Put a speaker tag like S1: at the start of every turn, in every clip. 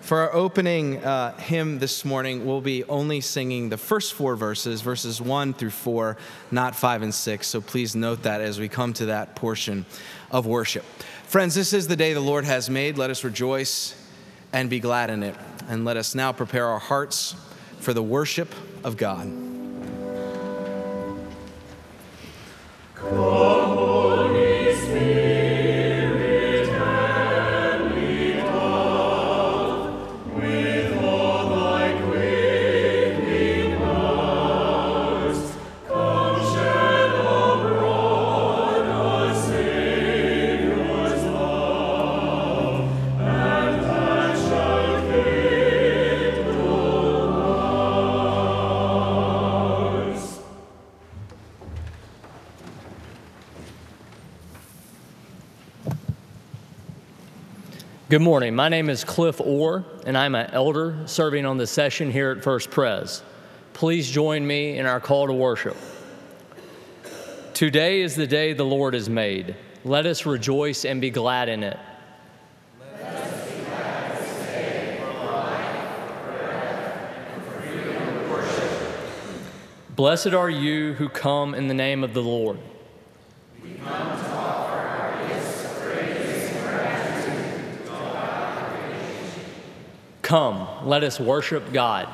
S1: For our opening uh, hymn this morning, we'll be only singing the first four verses, verses one through four, not five and six. So please note that as we come to that portion of worship. Friends, this is the day the Lord has made. Let us rejoice and be glad in it. And let us now prepare our hearts for the worship of God.
S2: Good morning. My name is Cliff Orr, and I'm an elder serving on the session here at First Pres. Please join me in our call to worship. Today is the day the Lord has made. Let us rejoice and be glad in it. Blessed are you who come in the name of the Lord. Come, let us worship God.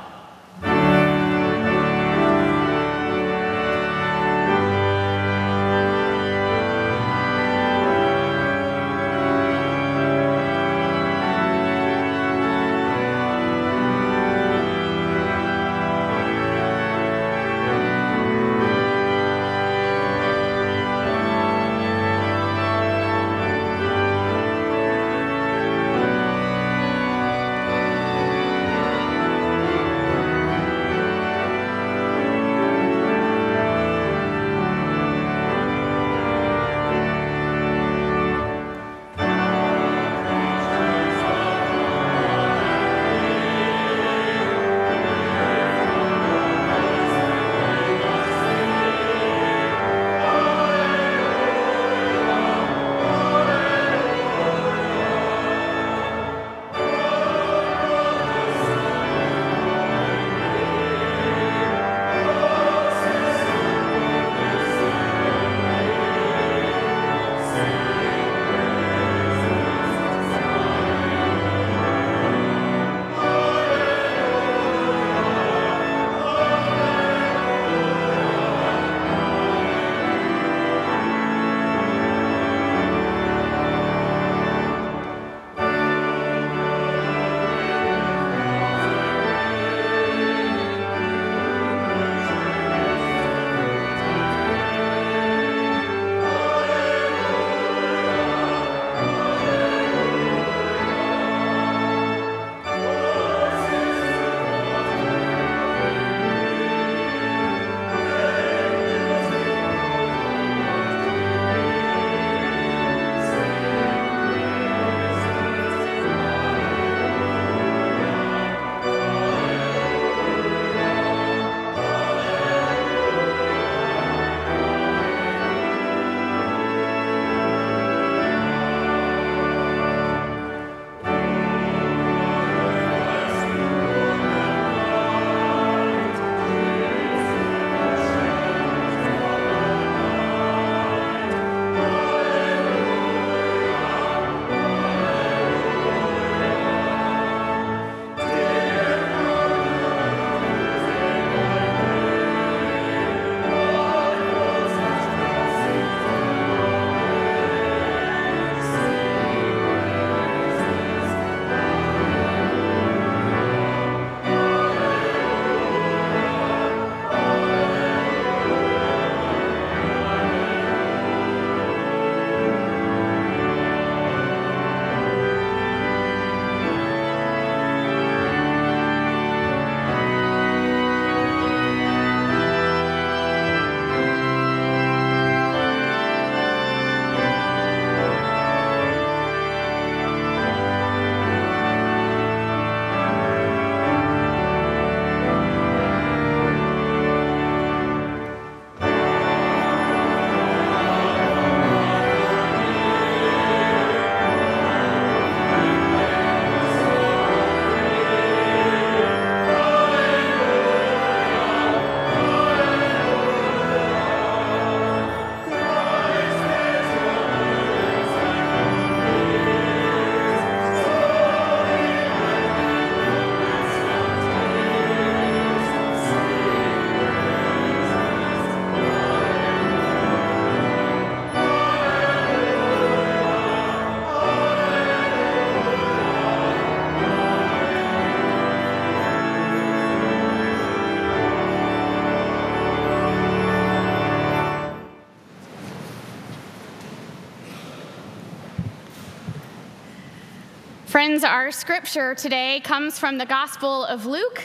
S3: Friends, our scripture today comes from the Gospel of Luke,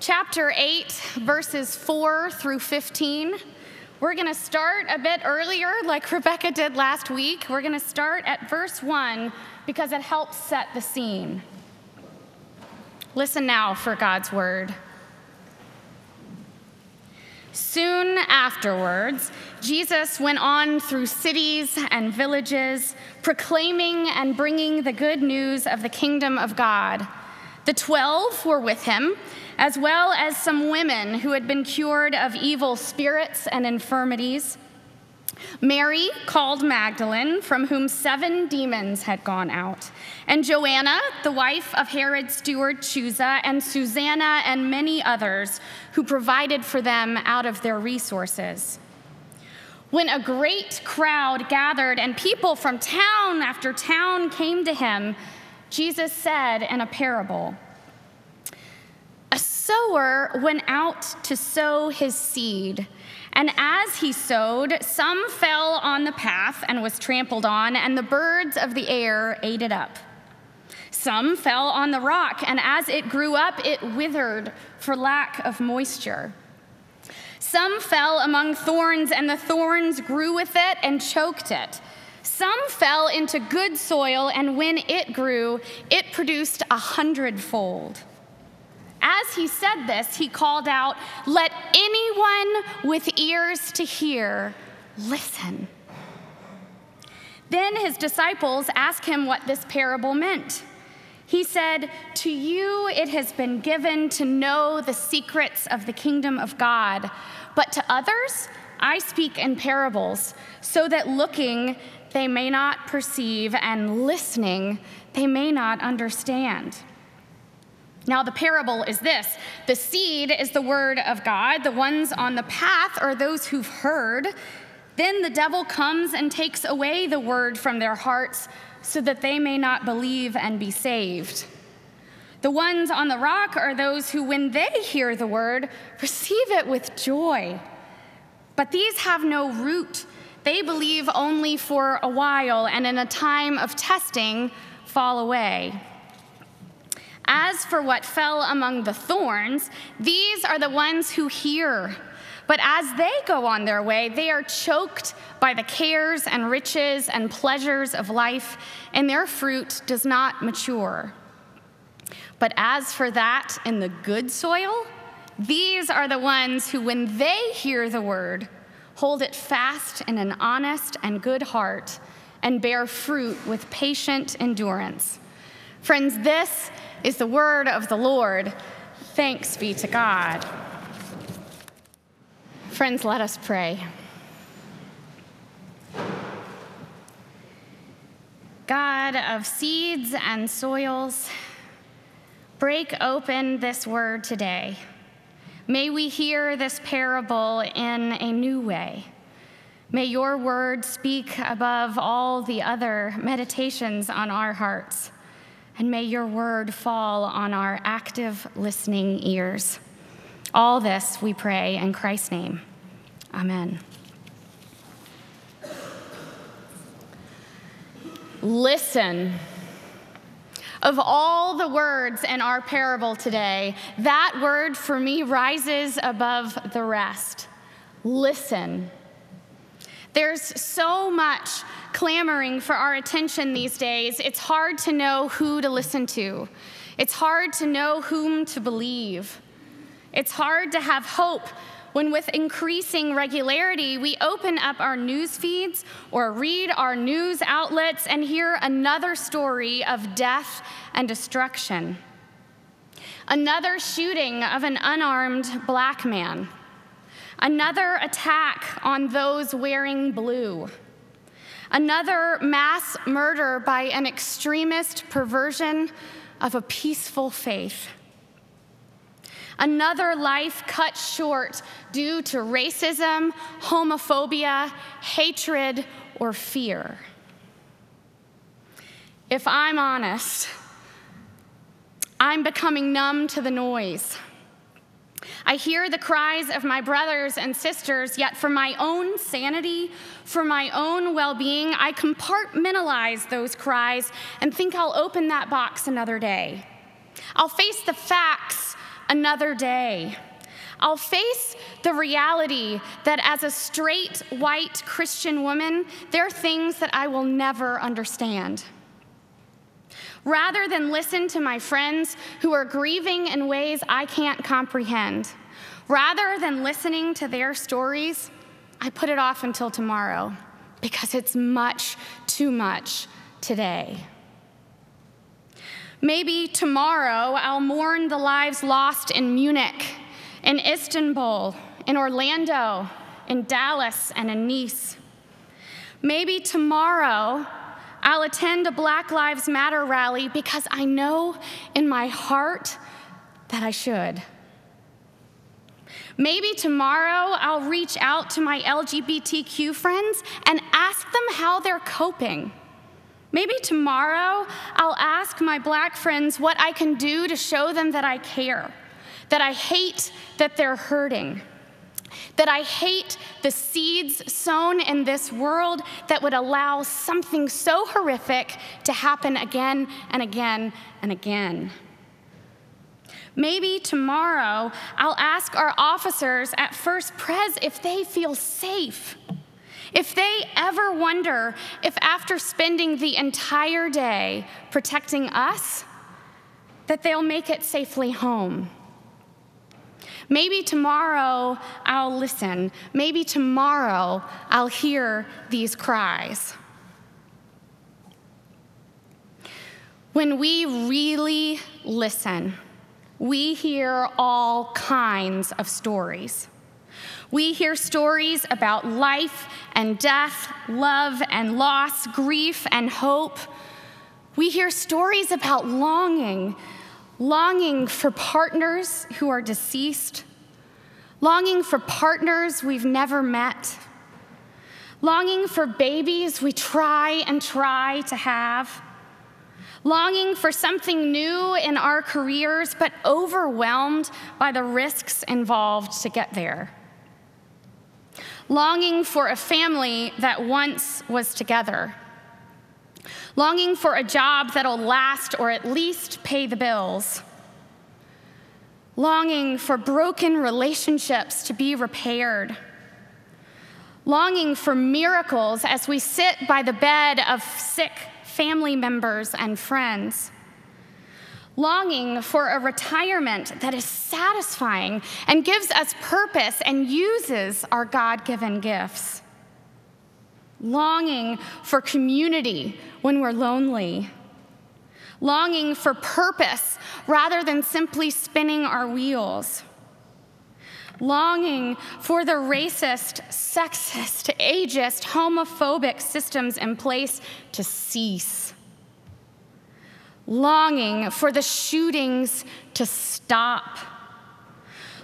S3: chapter 8, verses 4 through 15. We're going to start a bit earlier, like Rebecca did last week. We're going to start at verse 1 because it helps set the scene. Listen now for God's word. Soon afterwards, Jesus went on through cities and villages, proclaiming and bringing the good news of the kingdom of God. The twelve were with him, as well as some women who had been cured of evil spirits and infirmities. Mary, called Magdalene, from whom seven demons had gone out, and Joanna, the wife of Herod's steward Chusa, and Susanna, and many others who provided for them out of their resources. When a great crowd gathered and people from town after town came to him, Jesus said in a parable A sower went out to sow his seed. And as he sowed, some fell on the path and was trampled on, and the birds of the air ate it up. Some fell on the rock, and as it grew up, it withered for lack of moisture. Some fell among thorns, and the thorns grew with it and choked it. Some fell into good soil, and when it grew, it produced a hundredfold. As he said this, he called out, Let anyone with ears to hear listen. Then his disciples asked him what this parable meant. He said, To you it has been given to know the secrets of the kingdom of God, but to others I speak in parables, so that looking they may not perceive, and listening they may not understand. Now, the parable is this the seed is the word of God, the ones on the path are those who've heard. Then the devil comes and takes away the word from their hearts so that they may not believe and be saved. The ones on the rock are those who, when they hear the word, receive it with joy. But these have no root. They believe only for a while, and in a time of testing, fall away. As for what fell among the thorns, these are the ones who hear. But as they go on their way, they are choked by the cares and riches and pleasures of life, and their fruit does not mature. But as for that in the good soil, these are the ones who, when they hear the word, hold it fast in an honest and good heart and bear fruit with patient endurance. Friends, this is the word of the Lord. Thanks be to God. Friends, let us pray. God of seeds and soils, break open this word today. May we hear this parable in a new way. May your word speak above all the other meditations on our hearts and may your word fall on our active listening ears. All this we pray in Christ's name. Amen. Listen. Of all the words in our parable today, that word for me rises above the rest. Listen. There's so much clamoring for our attention these days. It's hard to know who to listen to. It's hard to know whom to believe. It's hard to have hope when, with increasing regularity, we open up our news feeds or read our news outlets and hear another story of death and destruction. Another shooting of an unarmed black man another attack on those wearing blue, another mass murder by an extremist perversion of a peaceful faith, another life cut short due to racism, homophobia, hatred, or fear. If I'm honest, I'm becoming numb to the noise. I hear the cries of my brothers and sisters, yet for my own sanity, for my own well being, I compartmentalize those cries and think I'll open that box another day. I'll face the facts another day. I'll face the reality that as a straight white Christian woman, there are things that I will never understand. Rather than listen to my friends who are grieving in ways I can't comprehend, rather than listening to their stories, I put it off until tomorrow because it's much too much today. Maybe tomorrow I'll mourn the lives lost in Munich, in Istanbul, in Orlando, in Dallas, and in Nice. Maybe tomorrow I'll attend a Black Lives Matter rally because I know in my heart that I should. Maybe tomorrow I'll reach out to my LGBTQ friends and ask them how they're coping. Maybe tomorrow I'll ask my black friends what I can do to show them that I care, that I hate that they're hurting, that I hate the seeds sown in this world that would allow something so horrific to happen again and again and again. Maybe tomorrow I'll ask our officers at First Pres if they feel safe. If they ever wonder if, after spending the entire day protecting us, that they'll make it safely home. Maybe tomorrow I'll listen. Maybe tomorrow I'll hear these cries. When we really listen, we hear all kinds of stories. We hear stories about life and death, love and loss, grief and hope. We hear stories about longing, longing for partners who are deceased, longing for partners we've never met, longing for babies we try and try to have. Longing for something new in our careers, but overwhelmed by the risks involved to get there longing for a family that once was together, longing for a job that'll last or at least pay the bills, longing for broken relationships to be repaired. Longing for miracles as we sit by the bed of sick family members and friends longing for a retirement that is satisfying and gives us purpose and uses our God given gifts, longing for community when we're lonely, longing for purpose rather than simply spinning our wheels. Longing for the racist, sexist, ageist, homophobic systems in place to cease longing for the shootings to stop,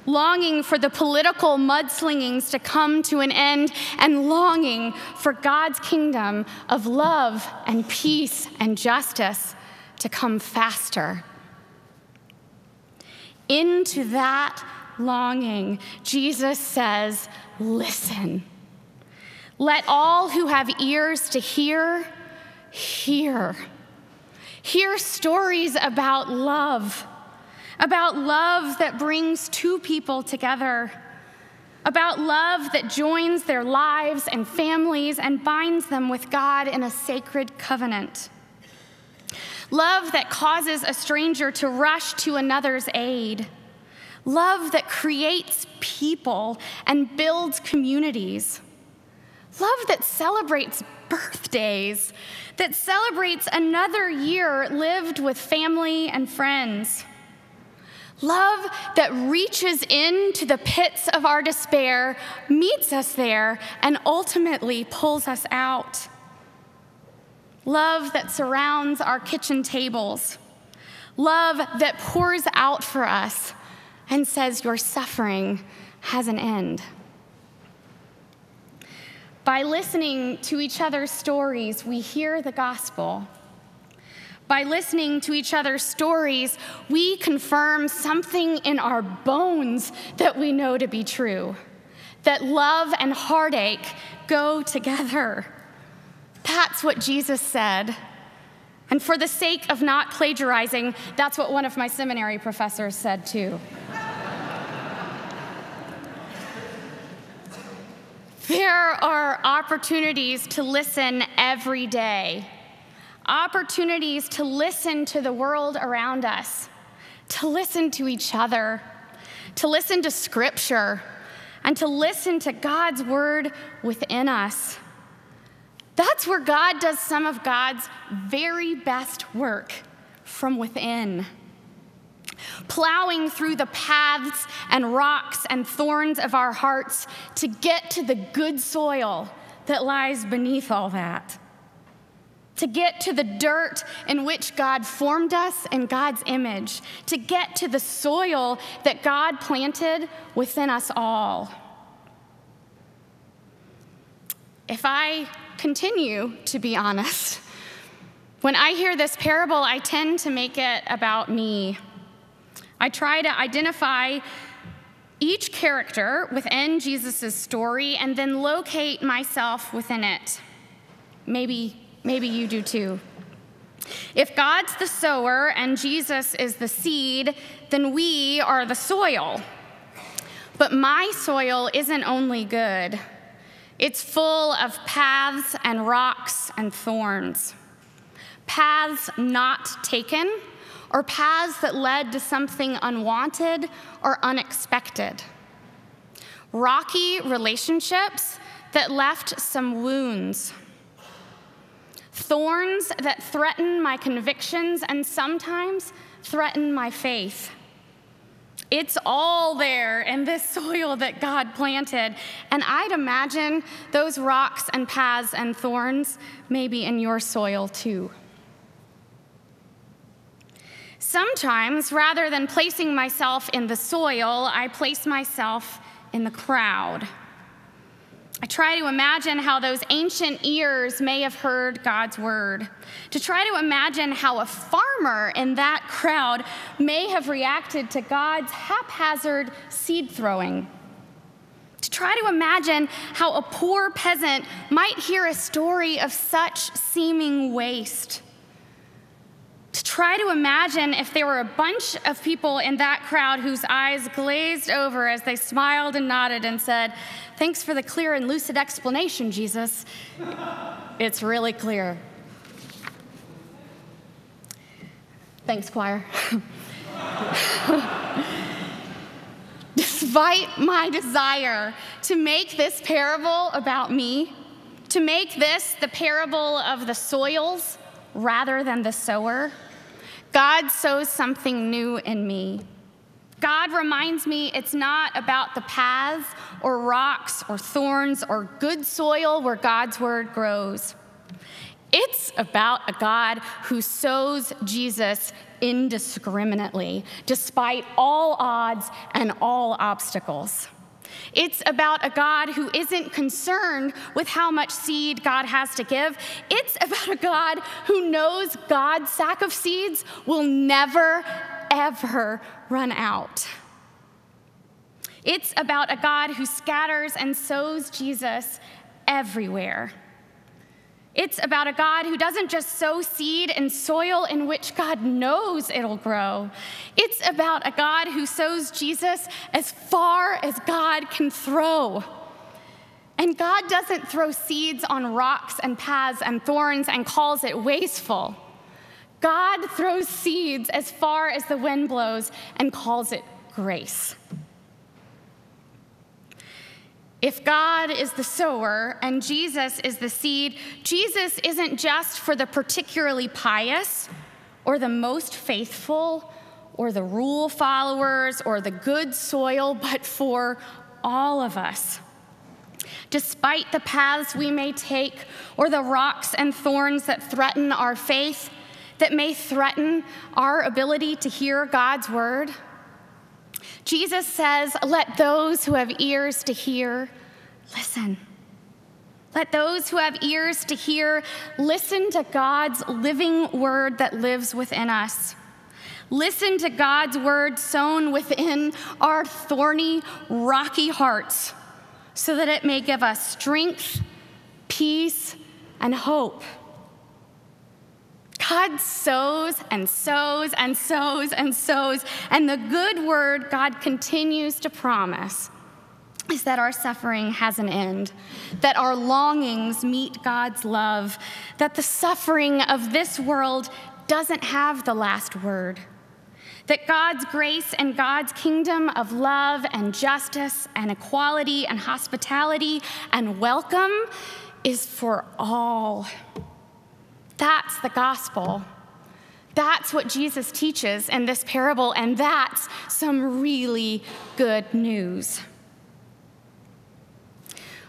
S3: longing for the political mudslingings to come to an end, and longing for God's kingdom of love and peace and justice to come faster. Into that longing, Jesus says, Listen. Let all who have ears to hear, hear hear stories about love, about love that brings two people together, about love that joins their lives and families and binds them with God in a sacred covenant. Love that causes a stranger to rush to another's aid. Love that creates people and builds communities. Love that celebrates birthdays, that celebrates another year lived with family and friends. Love that reaches into the pits of our despair, meets us there, and ultimately pulls us out. Love that surrounds our kitchen tables. Love that pours out for us and says, Your suffering has an end. By listening to each other's stories, we hear the gospel. by listening to each other's stories, we confirm something in our bones that we know to be true that love and heartache go together. That's what Jesus said. And for the sake of not plagiarizing, that's what one of my seminary professors said too. There are opportunities to listen every day, opportunities to listen to the world around us, to listen to each other, to listen to scripture, and to listen to God's word within us. That's where God does some of God's very best work from within. Plowing through the paths and rocks and thorns of our hearts to get to the good soil that lies beneath all that. To get to the dirt in which God formed us in God's image. To get to the soil that God planted within us all. If I continue to be honest. When I hear this parable, I tend to make it about me. I try to identify each character within Jesus' story and then locate myself within it. Maybe, maybe you do too. If God's the sower and Jesus is the seed, then we are the soil. But my soil isn't only good. It's full of paths and rocks and thorns. Paths not taken, or paths that led to something unwanted or unexpected. Rocky relationships that left some wounds. Thorns that threaten my convictions and sometimes threaten my faith. It's all there in this soil that God planted. And I'd imagine those rocks and paths and thorns may be in your soil too. Sometimes, rather than placing myself in the soil, I place myself in the crowd. I try to imagine how those ancient ears may have heard God's word, to try to imagine how a farmer in that crowd may have reacted to God's haphazard seed throwing, to try to imagine how a poor peasant might hear a story of such seeming waste. To try to imagine if there were a bunch of people in that crowd whose eyes glazed over as they smiled and nodded and said, Thanks for the clear and lucid explanation, Jesus. It's really clear. Thanks, choir. Despite my desire to make this parable about me, to make this the parable of the soils rather than the sower, God sows something new in me. God reminds me it's not about the paths or rocks or thorns or good soil where God's word grows. It's about a God who sows Jesus indiscriminately, despite all odds and all obstacles. It's about a God who isn't concerned with how much seed God has to give. It's about a God who knows God's sack of seeds will never, ever run out. It's about a God who scatters and sows Jesus everywhere. It's about a God who doesn't just sow seed in soil in which God knows it'll grow. It's about a God who sows Jesus as far as God can throw. And God doesn't throw seeds on rocks and paths and thorns and calls it wasteful. God throws seeds as far as the wind blows and calls it grace. If God is the sower and Jesus is the seed, Jesus isn't just for the particularly pious or the most faithful or the rule followers or the good soil, but for all of us. Despite the paths we may take or the rocks and thorns that threaten our faith, that may threaten our ability to hear God's word, Jesus says, Let those who have ears to hear listen. Let those who have ears to hear listen to God's living word that lives within us. Listen to God's word sown within our thorny, rocky hearts so that it may give us strength, peace, and hope. God sows and sows and sows and sows, and the good word God continues to promise is that our suffering has an end, that our longings meet God's love, that the suffering of this world doesn't have the last word, that God's grace and God's kingdom of love and justice and equality and hospitality and welcome is for all. That's the gospel. That's what Jesus teaches in this parable, and that's some really good news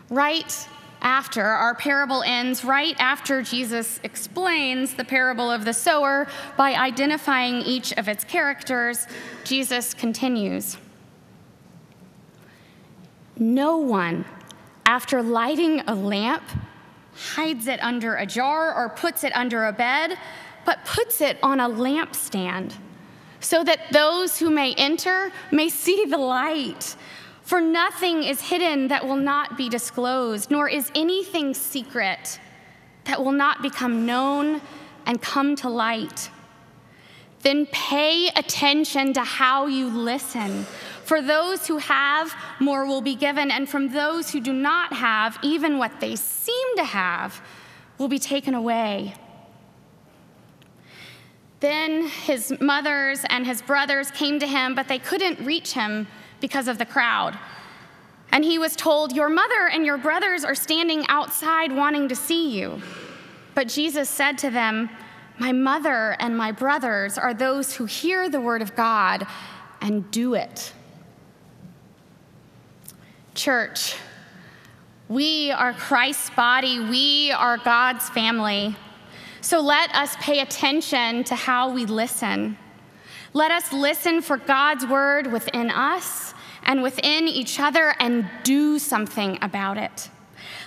S3: right after our parable ends, right after Jesus explains the parable of the sower by identifying each of its characters, Jesus continues No one, after lighting a lamp, hides it under a jar or puts it under a bed, but puts it on a lampstand. So that those who may enter may see the light. For nothing is hidden that will not be disclosed, nor is anything secret that will not become known and come to light. Then pay attention to how you listen. For those who have, more will be given, and from those who do not have, even what they seem to have will be taken away. Then his mothers and his brothers came to him, but they couldn't reach him because of the crowd. And he was told, Your mother and your brothers are standing outside wanting to see you. But Jesus said to them, My mother and my brothers are those who hear the word of God and do it. Church, we are Christ's body, we are God's family. So let us pay attention to how we listen. Let us listen for God's word within us and within each other and do something about it.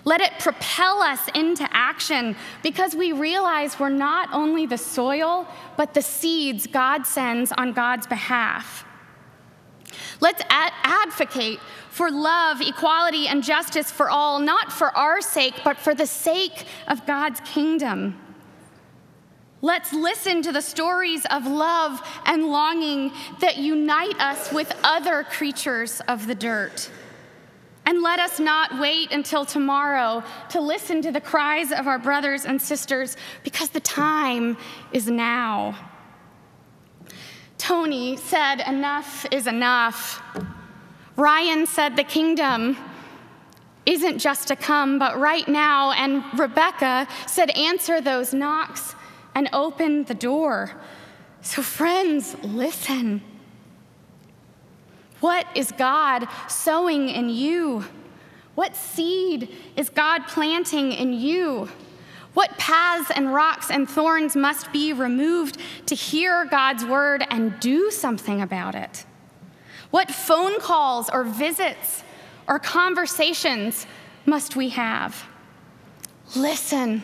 S3: Let it propel us into action because we realize we're not only the soil, but the seeds God sends on God's behalf. Let's ad- advocate for love, equality, and justice for all, not for our sake, but for the sake of God's kingdom. Let's listen to the stories of love and longing that unite us with other creatures of the dirt. And let us not wait until tomorrow to listen to the cries of our brothers and sisters because the time is now. Tony said, Enough is enough. Ryan said, The kingdom isn't just to come, but right now. And Rebecca said, Answer those knocks and open the door. So, friends, listen. What is God sowing in you? What seed is God planting in you? What paths and rocks and thorns must be removed to hear God's word and do something about it? What phone calls or visits or conversations must we have? Listen.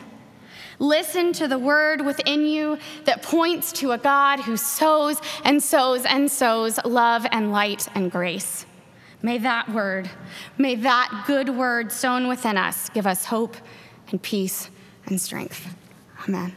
S3: Listen to the word within you that points to a God who sows and sows and sows love and light and grace. May that word, may that good word sown within us give us hope and peace and strength. Amen.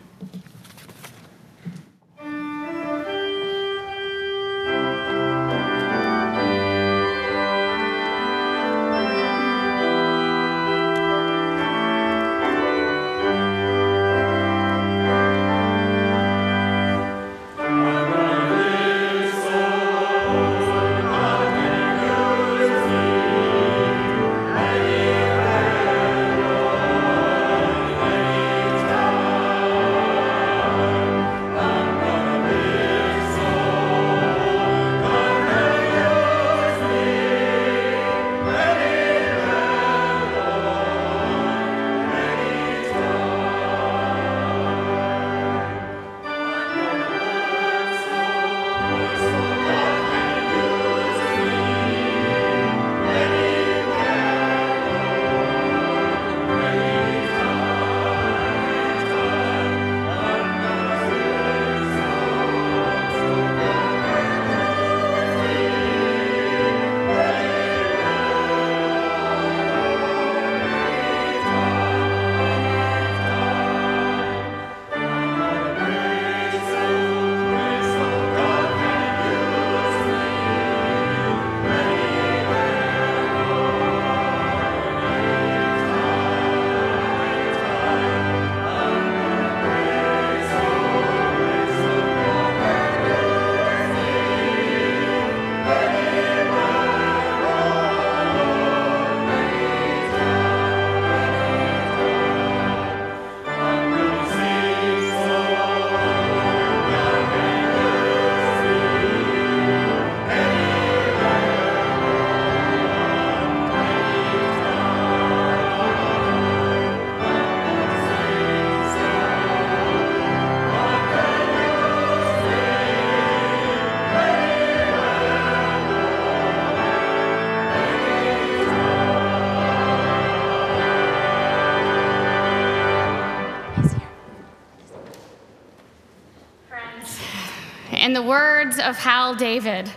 S3: In the words of Hal David,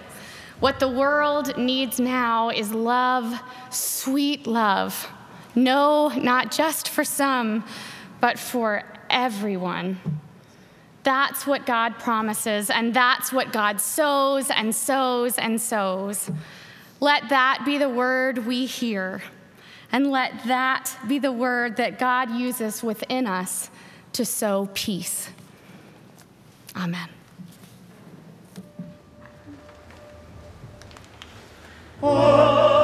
S3: what the world needs now is love, sweet love. No, not just for some, but for everyone. That's what God promises, and that's what God sows and sows and sows. Let that be the word we hear, and let that be the word that God uses within us to sow peace. Amen.
S4: Oh.